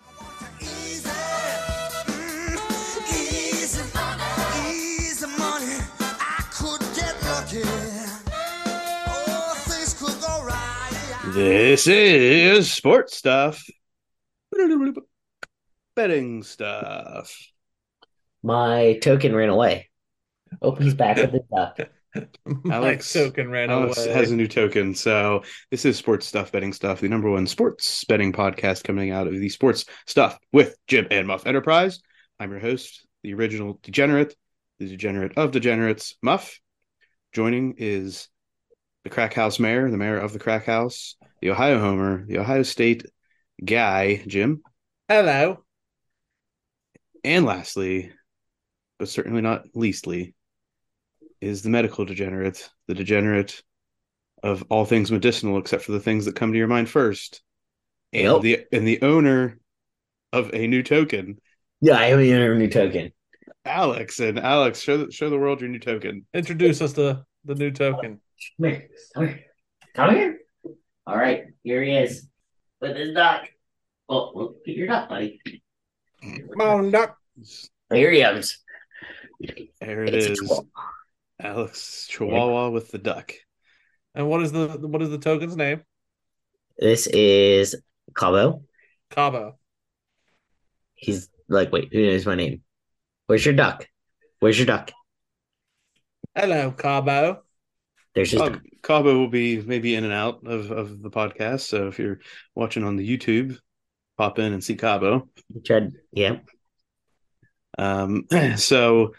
Mm-hmm. Oh, This is sports stuff. Betting stuff. My token ran away. Opens back with the duck. Alex- My token ran Alex away. has a new token. So this is sports stuff, betting stuff, the number one sports betting podcast coming out of the sports stuff with Jim and Muff Enterprise. I'm your host, the original degenerate, the degenerate of degenerates, Muff. Joining is the crack house mayor, the mayor of the crack house, the Ohio Homer, the Ohio State guy, Jim. Hello. And lastly, but certainly not leastly, is the medical degenerate, the degenerate of all things medicinal except for the things that come to your mind first. And Yep. the and the owner of a new token, Yeah, I have a new token. Alex. And Alex, show the- show the world your new token. Introduce us to the new token. Come here. Come here. Come here. All right, here he is with his duck. Well, well get your duck, buddy. Here he comes. There it It's a is. chihuahua. Alex Chihuahua with the duck. And what is the what is the token's name? This is Cabo. Cabo. He's like, wait, who knows my name? Where's your duck? Where's your duck? Hello, Cabo. There's his duck. Cobb- Cabo will be maybe in and out of, of the podcast. So if you're watching on the YouTube, pop in and see Cabo. He tried. Yeah. Um, so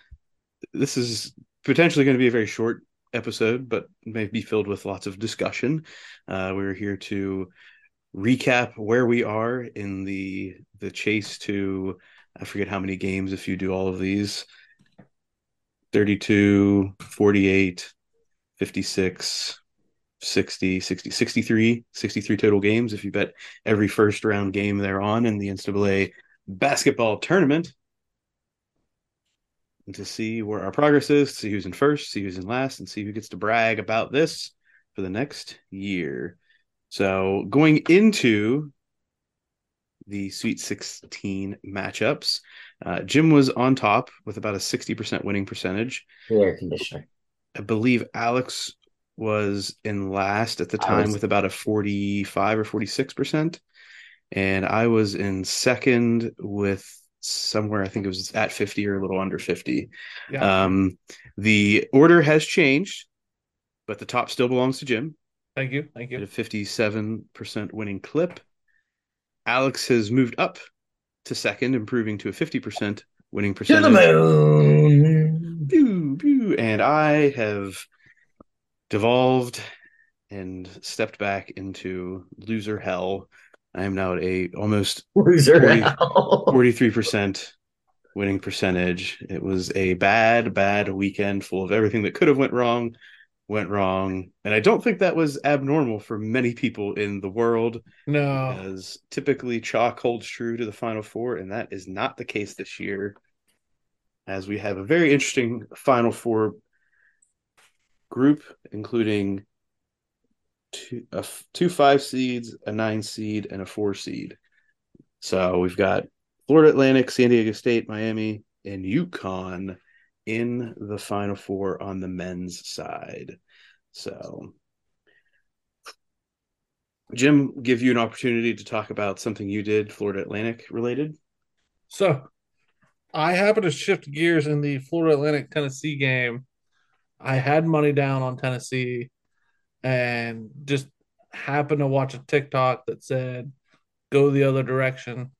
this is potentially going to be a very short episode, but may be filled with lots of discussion. Uh, we're here to recap where we are in the the chase to I forget how many games if you do all of these 32, 48, 56, 60, 60, 63, 63 total games if you bet every first round game they're on in the NCAA basketball tournament and to see where our progress is, see who's in first, see who's in last, and see who gets to brag about this for the next year. So going into the Sweet 16 matchups, uh, Jim was on top with about a 60% winning percentage. The air conditioner. I believe Alex was in last at the I time was- with about a 45 or 46%. And I was in second with somewhere, I think it was at 50 or a little under 50. Yeah. Um, the order has changed, but the top still belongs to Jim thank you. Thank at a you. 57% winning clip. Alex has moved up to second, improving to a 50% winning To percentage. the moon. Pew, pew. And I have devolved and stepped back into loser hell. I am now at a almost Loser. Forty- out. 43% winning percentage. It was a bad, bad weekend full of everything that could have went wrong, went wrong. And I don't think that was abnormal for many people in the world No. because typically chalk holds true to the final four, and that is not the case this year. As we have a very interesting final four group, including two, a f- two five seeds, a nine seed, and a four seed. So we've got Florida Atlantic, San Diego State, Miami, and UConn in the final four on the men's side. So Jim, give you an opportunity to talk about something you did, Florida Atlantic related. So I happen to shift gears in the Florida Atlantic Tennessee game. I had money down on Tennessee and just happened to watch a TikTok that said go the other direction.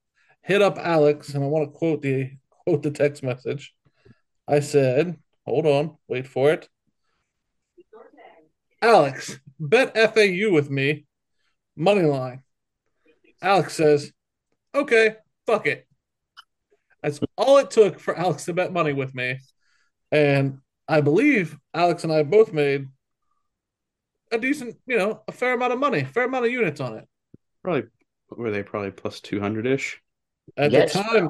Hit up Alex and I want to quote the quote the text message. I said, hold on, wait for it. Alex, bet FAU with me. Money line. Alex says, okay, fuck it. That's all it took for Alex to bet money with me. And I believe Alex and I both made a decent, you know, a fair amount of money, fair amount of units on it. Probably were they probably plus two hundred ish? At Yes. the time,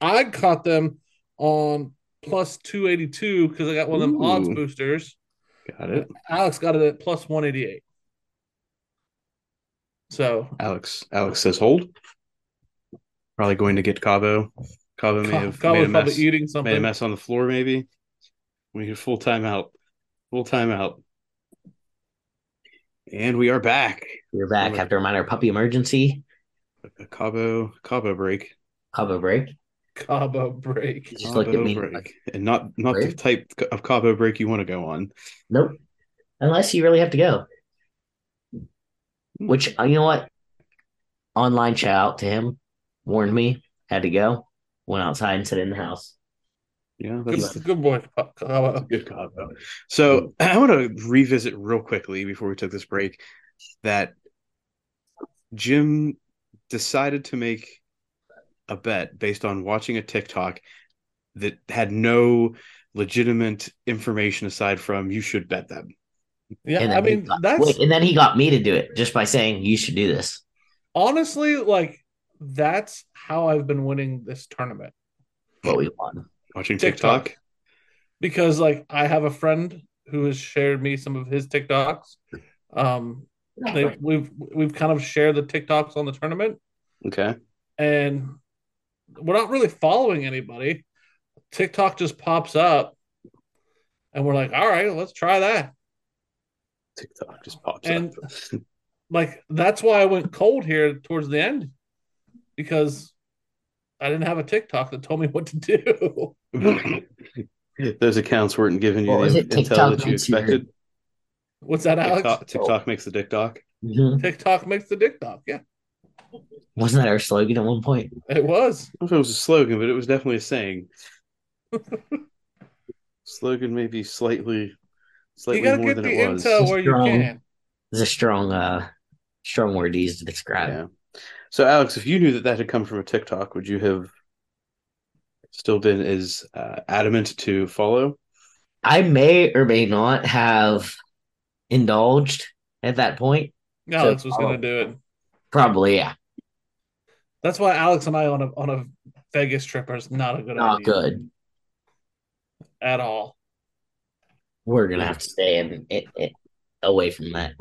I caught them on plus 282 because I got one of them odds Ooh. boosters. Got it. Alex got it at plus 188. So Alex. Alex says hold. Probably going to get Cabo. Cabo may Kyle was have made a probably mess. eating Made a something. mess on the floor. Maybe we need a full timeout. Full timeout. And we are back. We're back after a minor puppy emergency. A Cabo Cabo break. Cabo break. Cabo break. He just looked at Cabo me. break. like, and not not the Break? type of Cabo break you want to go on. nope. Unless you really have to go. Hmm. Which uh, you know what? Online shout out to him. Warned me. Had to go. Went outside and sit in the house. Yeah, Good, that's good boy, Cabo. good Cabo. So I want to revisit real quickly before we took this break that Jim decided to make a bet based on watching a TikTok that had no legitimate information aside from you should bet them. Yeah, and I then he mean got- that's wait, and then he got me to do it just by saying you should do this. honestly like that's how I've been winning this tournament What we want. Watching TikTok. TikTok. because like I have a friend who has shared me some of his TikToks. Um, they, we've we've kind of shared the TikToks on the tournament, Okay. and we're not really following anybody. TikTok just pops up, and we're like, "All right, let's try that." TikTok just pops And- up. Like that's why I went cold here towards the end because I didn't have a TikTok that told me what to do. Those accounts weren't giving you What was the it? intel TikTok that you makes your- expected. What's that, Alex? TikTok, TikTok makes the dick doc. Mhm. TikTok makes the TikTok. Yeah, Wasn't that our slogan at one point? it was. I don't know if it was a slogan, but it was definitely a saying. slogan may be slightly, You slightly gotta more get the than it was. intel where you Strong. can. It's a strong, uh, strong word to use to describe. Yeah. So, Alex, if you knew that that had come from a TikTok, would you have still been as uh, adamant to follow? I may or may not have indulged at that point. Alex So- was going to do it. Probably, yeah. That's why Alex and I on a on a Vegas trip is not a good Not idea good. at all. We're gonna have to stay in, it, it, away from that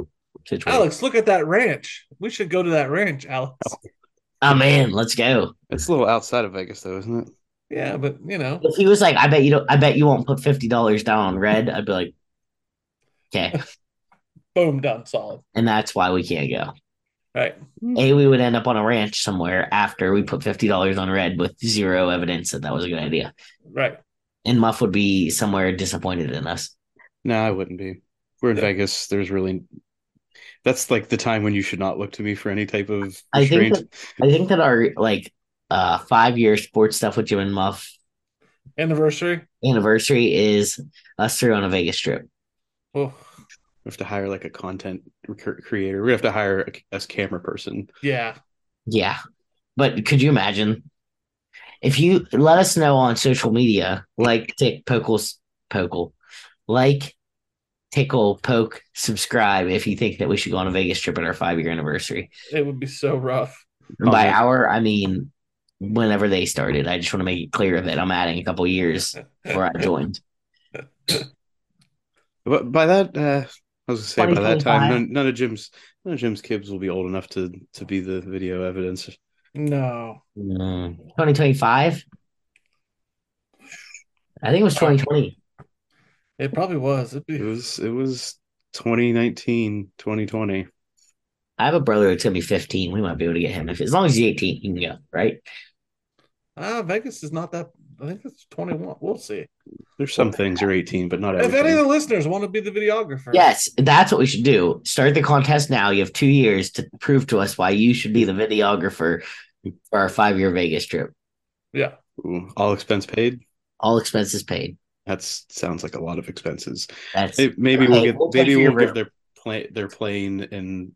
situation. Alex, look at that ranch. We should go to that ranch, Alex. Oh man, let's go. It's a little outside of Vegas, though, isn't it? Yeah, but you know, If he was like, I bet you don't I bet you won't put fifty dollars down on red, I'd be like, Okay. boom, done, solid. And that's why we can't go. Right? A we would end up on a ranch somewhere after we put fifty dollars on red with zero evidence that that was a good idea. Right. And Muff would be somewhere disappointed in us. No, I wouldn't be. We're in Yeah. Vegas. There's really that's like the time when you should not look to me for any type of I think restraint. I think that our like uh five year sports stuff with you and Muff Anniversary. anniversary is us three on a Vegas trip. Oh, We have to hire like a content cre- creator. We have to hire a, a camera person. yeah. Yeah. But could you imagine if you let us know on social media, like tick pokels pokal, like tickle poke subscribe if you think that we should go on a Vegas trip at our five year anniversary. It would be so rough. And by Comment. our, I mean whenever they started. I just want to make it clear that I'm adding a couple years before I joined. But by that, uh, I was gonna say by that time, 2025. none, none of Jim's none of Jim's kids will be old enough to to be the video evidence. No. Mm, 2025? I think it was 2020. It probably was. It'd It be, was it was 2019, 2020. I have a brother that's gonna be 15. We might be able to get him if as long as he's 18, he can go, right? ah, Vegas is not that. I think it's twenty one. We'll see. There's some things are 18, but not If any of everything. the listeners want to be the videographer, Yes, that's what we should do. Start the contest now. You have two years to prove to us why you should be the videographer for our five year Vegas trip. yeah. Ooh, all expense paid. All expenses paid. That sounds like a lot of expenses. That's Hey, Maybe we'll Hey, get we'll pay maybe for your we'll give room. their plane their plane and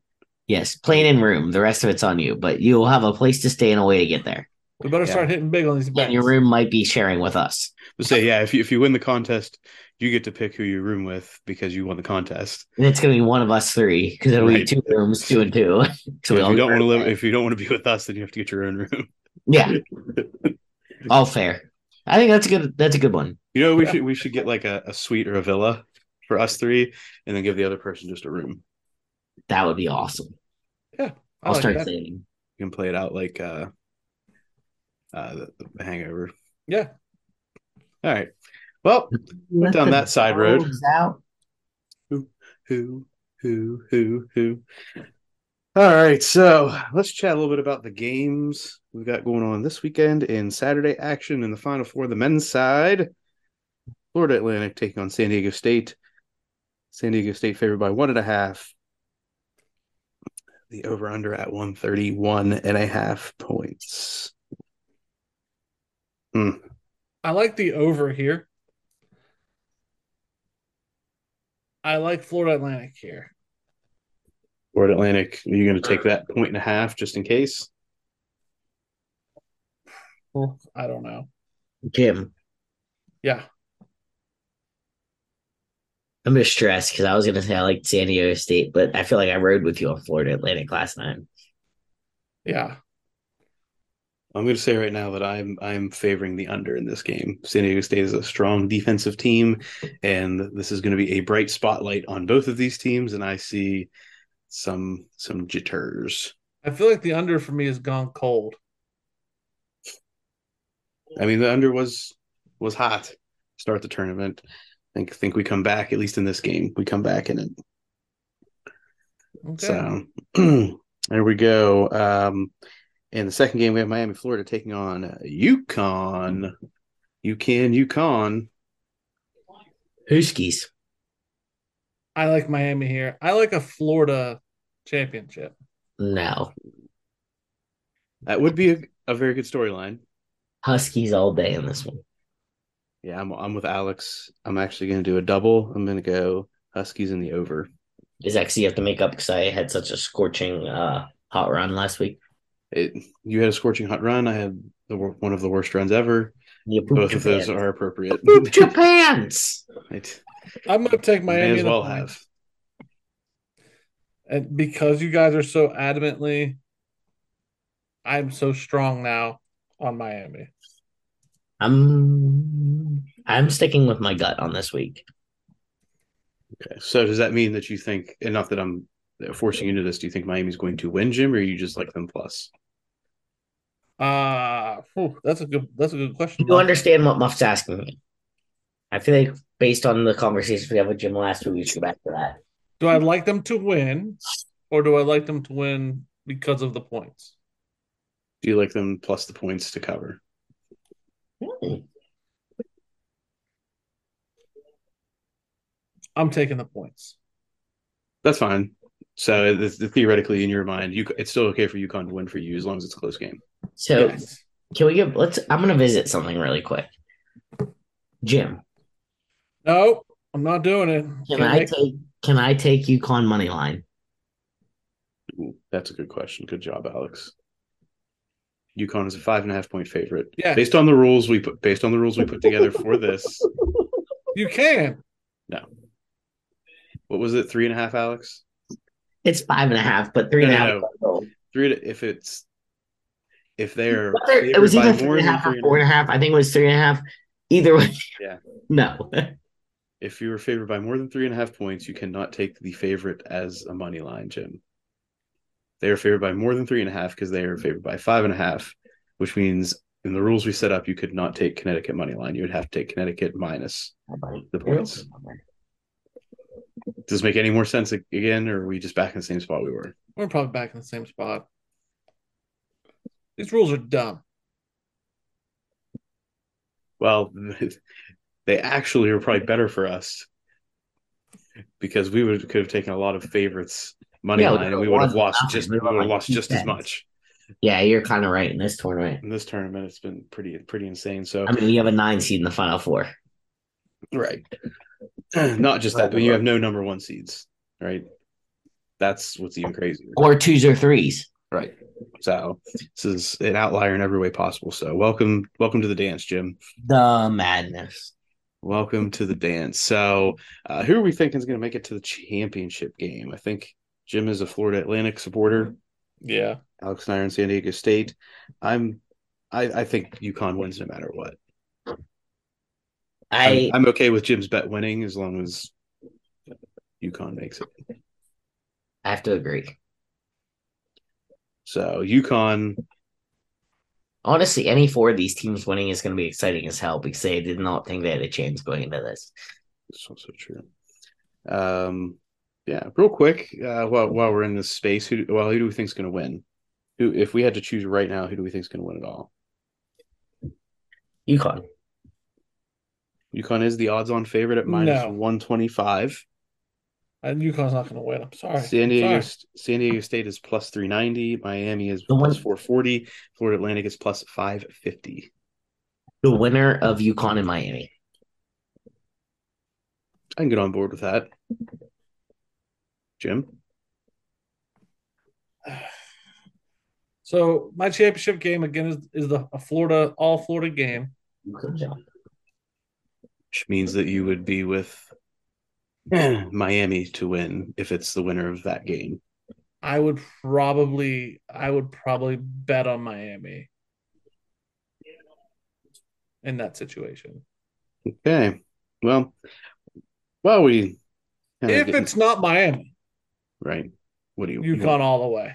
yes, plane and room. The rest of it's on you, but you'll have a place to stay and a way to get there. We better Yeah. start hitting big on these. And your events. room might be sharing with us. say yeah. If you if you win the contest, you get to pick who you room with because you won the contest. And it's gonna be one of us three because it'll Right. be two rooms, two and two. so So we if all you don't get- want to live, if you don't want to be with us, then you have to get your own room. yeah, all fair. I think that's a good. That's a good one. You know, we Yeah. should we should get like a, a suite or a villa for us three, and then give the other person just a room. That would be awesome. I I'll like start that. saying You can play it out like uh, uh, the, the Hangover. Yeah. All right. Well, down that side road. Out. who who, who, who. All right, so let's chat a little bit about the games we've got going on this weekend in Saturday action in the Final Four, the men's side. Florida Atlantic taking on San Diego State. San Diego State favored by one and a half. The over under at 131 and a half points. Hmm. I like the over here. I like Florida Atlantic here. Florida Atlantic, are you going to take that point and a half just in case? Well, I don't know. Jim, Yeah. I'm just stressed because I was gonna say I like San Diego State, but I feel like I rode with you on Florida Atlantic last time. Yeah. I'm going to say right now that I'm I'm favoring the under in this game. San Diego State is a strong defensive team, and this is going to be a bright spotlight on both of these teams. And I see some some jitters. I feel like the under for me has gone cold. I mean, the under was was hot to start the tournament. I think think we come back at least in this game. We come back in it. Okay. So there we go. Um, in the second game, we have Miami, Florida taking on uh, UConn. You can UConn. Huskies. I like Miami here. I like a Florida championship. No. That would be a, a very good storyline. Huskies all day in this one. Yeah, I'm I'm with Alex. I'm actually going to do a double. I'm going to go Huskies in the over. Is actually you have to make up because I had such a scorching uh hot run last week. It, you had a scorching hot run. I had the wor- one of the worst runs ever. You pooped Both your of those pants. are appropriate. Pooped your pants. It- I'm going to take Miami. may as in the well points. have. And because you guys are so adamantly, I'm so strong now on Miami. I'm I'm sticking with my gut on this week. Okay. So does that mean that you think, and not that I'm forcing you into this, do you think Miami's going to win, Jim, or you just like them plus? Uh phew, that's a good that's a good question. You understand what Muff's asking me. I feel like based on the conversations we had with Jim last week, we should go back to that. Do I like them to win or do I like them to win because of the points? Do you like them plus the points to cover? Hmm. I'm taking the points. That's fine. So it- it's- theoretically, in your mind, you it's still okay for UConn to win for you as long as it's a close game. So Yes. can we get let's I'm gonna visit something really quick. Jim, No, I'm not doing it. can Can't I make- take can I take UConn money line? Ooh, that's a good question. Good job, Alex. UConn is a five and a half point favorite. Yeah. Based on the rules we put based on the rules we put together for this. you can. What was it? Three and a half, Alex? It's five and a half, but three and a No, half. no, Three to, if it's if they're But there- It favored was by either three more and a than half three or and a four and a half. I think it was three and a half. Either way. Yeah. No. If you were favored by more than three and a half points, you cannot take the favorite as a money line, Jim. They are favored by more than three and a half because they are favored by five and a half, which means in the rules we set up, you could not take Connecticut money line. You would have to take Connecticut minus. The points. Does this make any more sense ag- again, or are we just back in the same spot we were? We're probably back in the same spot. These rules are dumb. Well, they actually were probably better for us because we would could have taken a lot of favorites money Yeah, we line, could and we have would have won lost nothing. just We we would have would have won lost just as two-tenths. much. Yeah, you're kind of right in this tournament. In this tournament, it's been pretty pretty insane. So I mean, we have a nine seed in the final four. Right. Not just that, but you have no number one seeds, right? That's what's even crazier. Or twos or threes. Right. So this is an outlier in every way possible. So welcome, welcome to the dance, Jim. The madness. Welcome to the dance. So uh, who are we thinking is going to make it to the championship game? I think Jim is a Florida Atlantic supporter. Yeah. Alex and I are in San Diego State. I'm, I, I think UConn wins no matter what. I I'm, I'm okay with Jim's bet winning as long as UConn makes it. I have to agree. So UConn Honestly, any four of these teams winning is going to be exciting as hell because they did not think they had a chance going into this. It's also true. Um, Yeah, real quick, uh, while while we're in this space, who well, who do we think's going to win? Who, if we had to choose right now, who do we think's going to win it all? UConn. UConn is the odds-on favorite at minus No. one twenty-five. And UConn's not going to win. I'm sorry. San Diego Sorry. San Diego State is plus three ninety. Miami is The one- plus four forty. Florida Atlantic is plus five fifty. The winner of UConn and Miami. I can get on board with that. Jim, So my championship game again is, is the a Florida all Florida game. which means that you would be with Miami to win if it's the winner of that game. I would probably I would probably bet on Miami in that situation. Okay. Well, well, we kinda If didn't- it's not Miami, right. What do you? UConn all the way.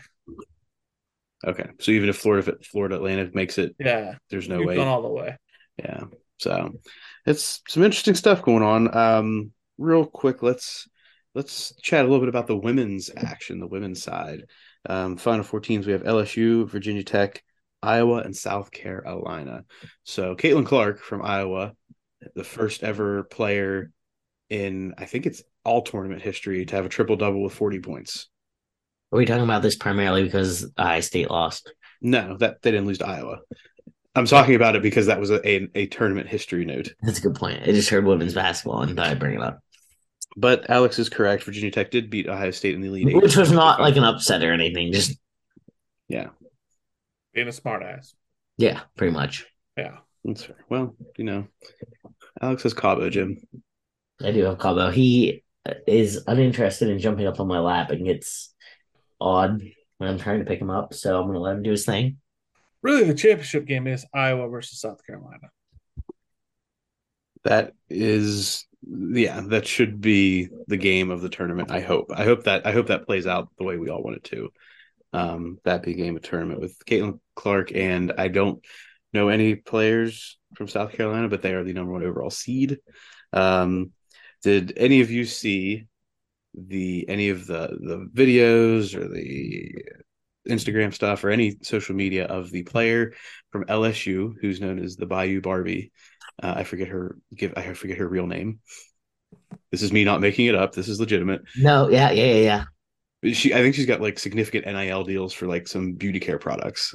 Okay. So even if Florida, if it- Florida Atlantic makes it, Yeah, there's no UConn way. all the way. Yeah. So it's some interesting stuff going on. Um, real quick, let's let's chat a little bit about the women's action, the women's side. Um, final four teams we have LSU, Virginia Tech, Iowa, and South Carolina. So Caitlin Clark from Iowa, the first ever player in I think it's all tournament history to have a triple double with 40 points. Are we talking about this primarily because I State lost? No, that they didn't lose to Iowa. I'm talking about it because that was a, a, a tournament history note. That's a good point. I just heard women's basketball and thought I'd bring it up, But Alex is correct. Virginia Tech did beat Ohio State in the Elite Eight, which was not like an upset or anything. Just Being a smartass. yeah, pretty much. Yeah. That's fair. Well, you know, Alex is Cabo Jim. I do have Cabo. He is uninterested in jumping up on my lap and gets odd when I'm trying to pick him up. So I'm going to let him do his thing. Really, the championship game is Iowa versus South Carolina. That is, yeah, that should be the game of the tournament. I hope. I hope that I hope that plays out the way we all want it to. Um, that big game of tournament with Caitlin Clark and I don't know any players from South Carolina, but they are the number one overall seed. Um, did any of you see the any of the the videos or the Instagram stuff or any social media of the player from LSU who's known as the Bayou Barbie? Uh, I forget her give I forget her real name. This is me not making it up. This is legitimate. No, yeah, yeah, yeah, yeah. She I think she's got like significant NIL deals for like some beauty care products.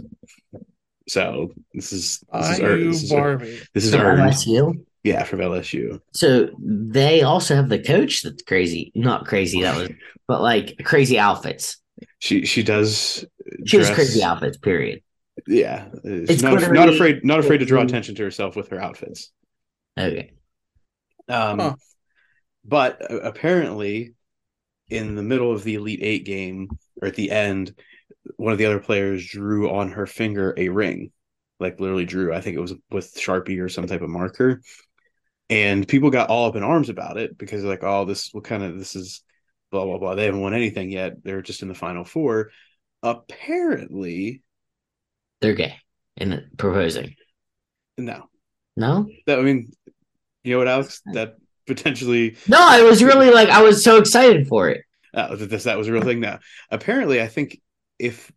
So this is this is, ear- IU this is, ear- Barbie. this is From earned. LSU. Yeah, from LSU. So they also have the coach that's crazy. Not crazy, that was, but like crazy outfits. She she does She has dress- crazy outfits, period. Yeah, uh, she's not, glittery. not afraid not afraid to draw Mm. attention to herself with her outfits. Okay. Um, Huh. But a- apparently, in the middle of the Elite Eight game, or at the end, one of the other players drew on her finger a ring, like literally drew. I think it was with Sharpie or some type of marker, and people got all up in arms about it because they're like, "Oh, this what kind of this is." Blah blah blah. They haven't won anything yet. They're just in the final four. Apparently, They're gay and proposing. no. No? That I mean, you know what, Alex? That potentially No, I was really like, I was so excited for it. Uh, that this, that was a real thing. Now, apparently, I think if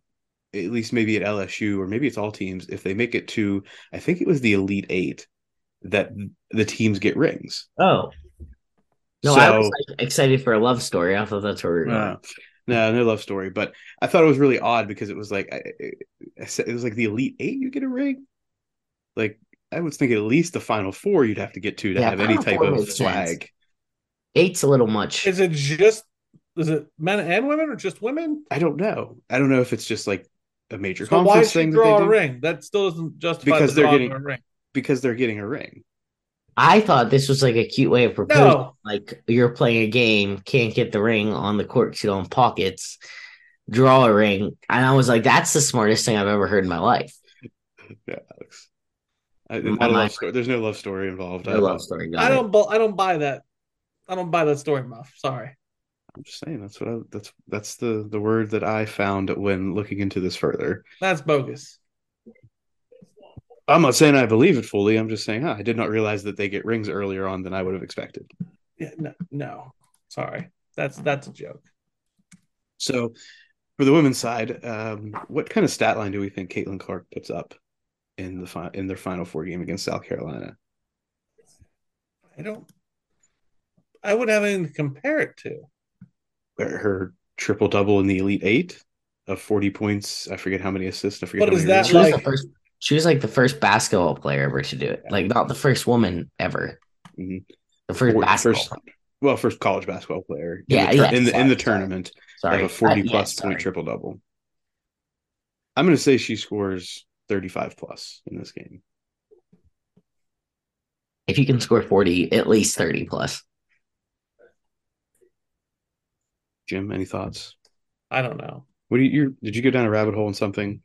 at least maybe at LSU or maybe it's all teams, if they make it to, I think it was the Elite Eight, that the teams get rings. Oh. No, so, Uh. I was like, excited for a love story. I thought that's where we were going. no, no, no love story. But I thought it was really odd because it was like I, I- I said, it was like the Elite Eight, you get a ring. Like I was thinking, at least the Final Four you'd have to get to to Yeah, have any Final type Four of makes sense. swag. Eight's a little much. Is it just is it men and women or just women? I don't know. I don't know if it's just like a major So why conference should thing you that they draw a do ring? That still doesn't justify Because the they're drawing getting- of a ring. because they're getting a ring. I thought this was like a cute way of proposing. No, Like you're playing a game, can't get the ring on the court 'cause you don't have pockets, draw a ring. And I was like, that's the smartest thing I've ever heard in my life. Yeah, Alex. I, My not a love mind- story. There's no love story involved. I, I love story. got I it. don't. bu- I don't buy that. I don't buy that story, Muff. Sorry. I'm just saying that's what I, that's that's the the word that I found when looking into this further. That's bogus. I'm not saying I believe it fully. I'm just saying huh, I did not realize that they get rings earlier on than I would have expected. Yeah, no, no. Sorry. That's that's a joke. So for the women's side, um, what kind of stat line do we think Caitlin Clark puts up in the fi- in their final four game against South Carolina? I don't. I wouldn't have anything to compare it to. Her- Her triple double in the Elite Eight of forty points. I forget how many assists. I forget. But how is many that She rebounds. was the like- first. She was like the first basketball player ever to do it. Like not the first woman ever. Mhm. The first Or- basketball. first- well, first college basketball player. in Yeah, the tur- yeah, in the in the sorry, sorry. tournament, sorry, have a forty Uh, yeah, plus point sorry. triple double. I'm going to say she scores thirty five plus in this game. If you can score forty, at least thirty plus. Jim, any thoughts? I don't know. What do you, you did you go down a rabbit hole in something?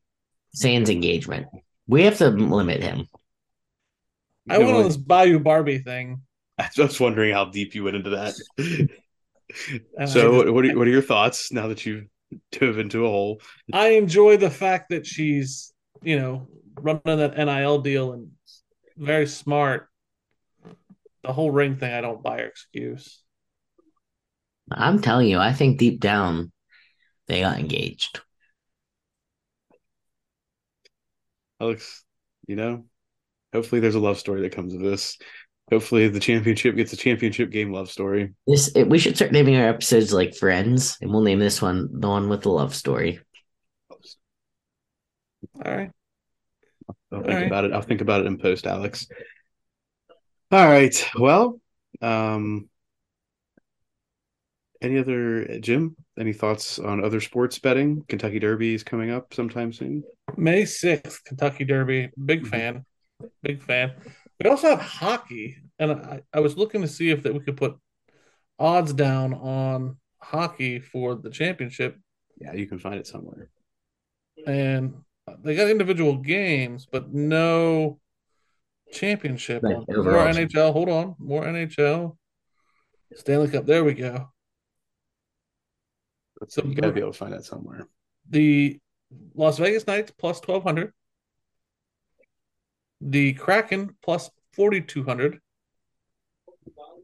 Sans engagement. We have to limit him. I You know went on what? this Bayou Barbie thing. I was wondering how deep you went into that. and Uh, I so, just- what, what, are, what are your thoughts now that you dove into a hole? I enjoy the fact that she's, you know, running that NIL deal and very smart. The whole ring thing, I don't buy her excuse. I'm telling you, I think deep down they got engaged. Alex, you know, hopefully there's a love story that comes of this. Hopefully, the championship gets a championship game love story. This it, we should start naming our episodes like Friends, and we'll name this one the one with the love story. All right. I'll All think right. about it. I'll think about it in post, Alex. All right. Well, um, any other Jim? Any thoughts on other sports betting? Kentucky Derby is coming up sometime soon. May 6th, Kentucky Derby. Big fan. Big fan. We also have hockey. And I, I was looking to see if that we could put odds down on hockey for the championship. Yeah, you can find it somewhere. And they got individual games, but no championship. Like on. More overall. NHL. Hold on. More NHL. Stanley Cup. There we go. So you gotta be able to find it somewhere. The Las Vegas Knights plus 1200. The Kraken plus 4200.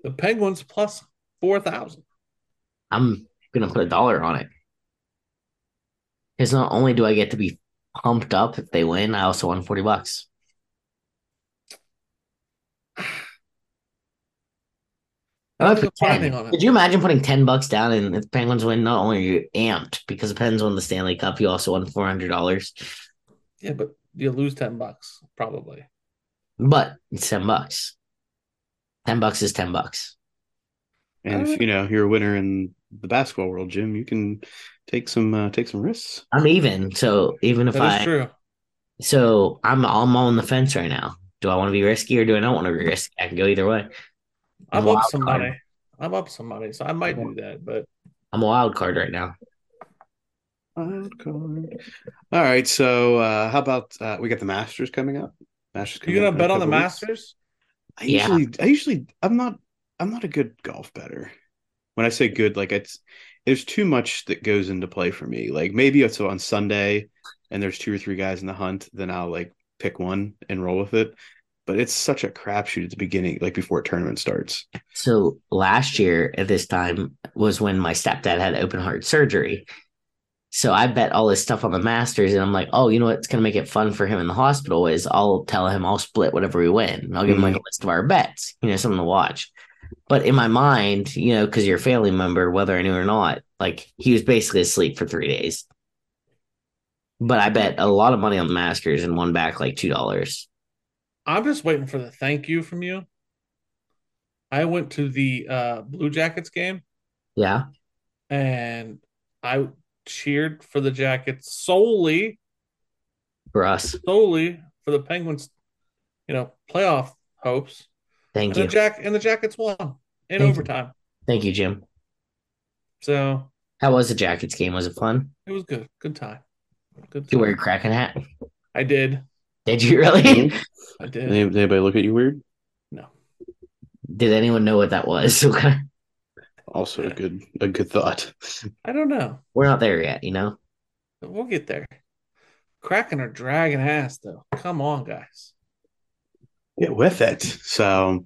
The Penguins plus 4000. I'm gonna put a dollar on it. Because not only do I get to be pumped up if they win, I also won forty bucks. I That's put the funny 10. on it. Could you imagine putting ten bucks down and if the Penguins win? Not only are you amped because the Pens won the Stanley Cup, you also won four hundred dollars. Yeah, but you lose 10 bucks probably. But it's ten bucks. Ten bucks is ten bucks. And if you know you're a winner in the basketball world, Jim, you can take some uh, take some risks. I'm even. So even if That I is true. So I'm I'm on the fence right now. Do I want to be risky or do I not want to be risky? I can go either way. I'm Wild up some card. money. I'm up some money, so I might do that. But I'm a wild card right now. Wild card. All right. So uh, how about uh, we got the Masters coming up? Masters. you Coming gonna up in a bet on the couple weeks. Masters? I Yeah. usually, I usually, I'm not, I'm not a good golf better. When I say good, like it's, there's too much that goes into play for me. Like maybe it's on Sunday, and there's two or three guys in the hunt, then I'll like pick one and roll with it. But it's such a crapshoot at the beginning, like before a tournament starts. So last year at this time was when my stepdad had open heart surgery. So I bet all this stuff on the Masters, and I'm like, oh, you know what's gonna make it fun for him in the hospital is I'll tell him I'll split whatever we win. And I'll give him like a list of our bets, you know, something to watch. But in my mind, you know, because you're a family member, whether I knew or not, like he was basically asleep for three days. But I bet a lot of money on the Masters and won back like two dollars. I'm just waiting for the thank you from you. I went to the uh, Blue Jackets game Yeah. and I cheered for the Jackets solely, For us. solely for the Penguins, you know, playoff hopes. Thank And the you. Jack and the Jackets won in Thank you. overtime, Thank you, Jim. so How was the Jackets game? Was it fun? it was good. Good time. Good. Did you Time. wear a Kraken hat? I did. Did you really? I did. Did any- did anybody look at you weird? Did anyone know what that was? We're Also a good, a good thought. I don't know. not there yet, you know? But We'll get there. Kraken are dragging ass though. Come on, guys. Get with it. So,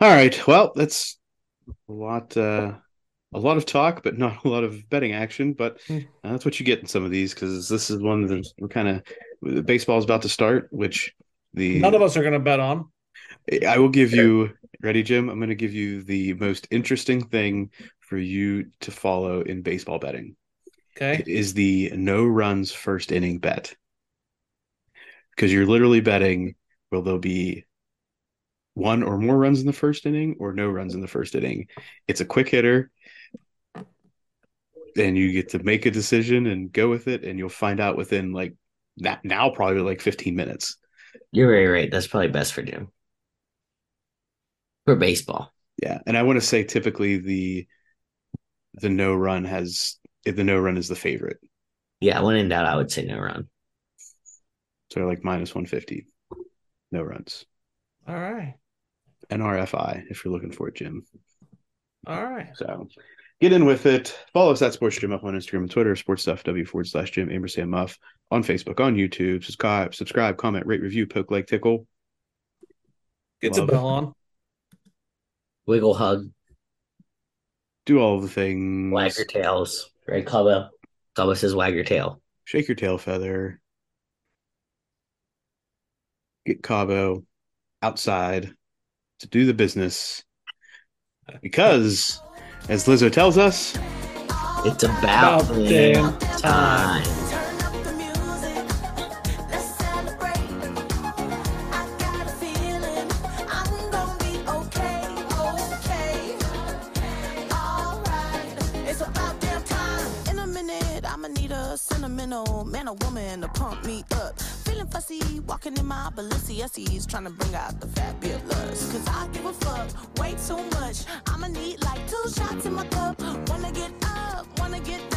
all right. Well, that's a lot, uh, a lot of talk, but not a lot of betting action. But Hmm. uh, that's what you get in some of these because this is one that we're kind of baseball is about to start, which the None of us are going to bet on. I will give you ready, Jim. I'm going to give you the most interesting thing for you to follow in baseball betting. Okay. It is the no runs first inning bet because you're literally betting will there be one or more runs in the first inning or no runs in the first inning. It's a quick hitter, and you get to make a decision and go with it, and you'll find out within like that now probably like 15 minutes. You're very right. That's probably best for Jim. For baseball. Yeah, and I want to say typically the the no run has the no run is the favorite, Yeah, when in doubt, I would say no run. so like minus 150, no runs. All right. NRFI if you're looking for it, Jim. All right. So get in with it. Follow us at Sports Jim Up on Instagram and Twitter, sports stuff W forward slash Jim Amber Sam Muff on Facebook, on YouTube. Subscribe, subscribe, comment, rate, review, poke, like, tickle. Get Love. the bell on. Wiggle hug, Do all the things. wag your tails. Right, Cubba? Cubba says wag your tail. Shake your tail feather. Get Cabo outside to do the business. Because, as Lizzo tells us, It's about, About damn damn time. Turn up the music, let's celebrate. I got a feeling I'm gonna be okay, okay, alright. It's about damn time. In a minute, I'ma need a sentimental man or woman to pump me up. Feeling fussy, walking in my Balenciennes, trying to bring out the fabulous. Cause I give a fuck way too much. I'ma need like two shots in my cup. Wanna get up, wanna get down. Mm, Oh, Oh, Uh,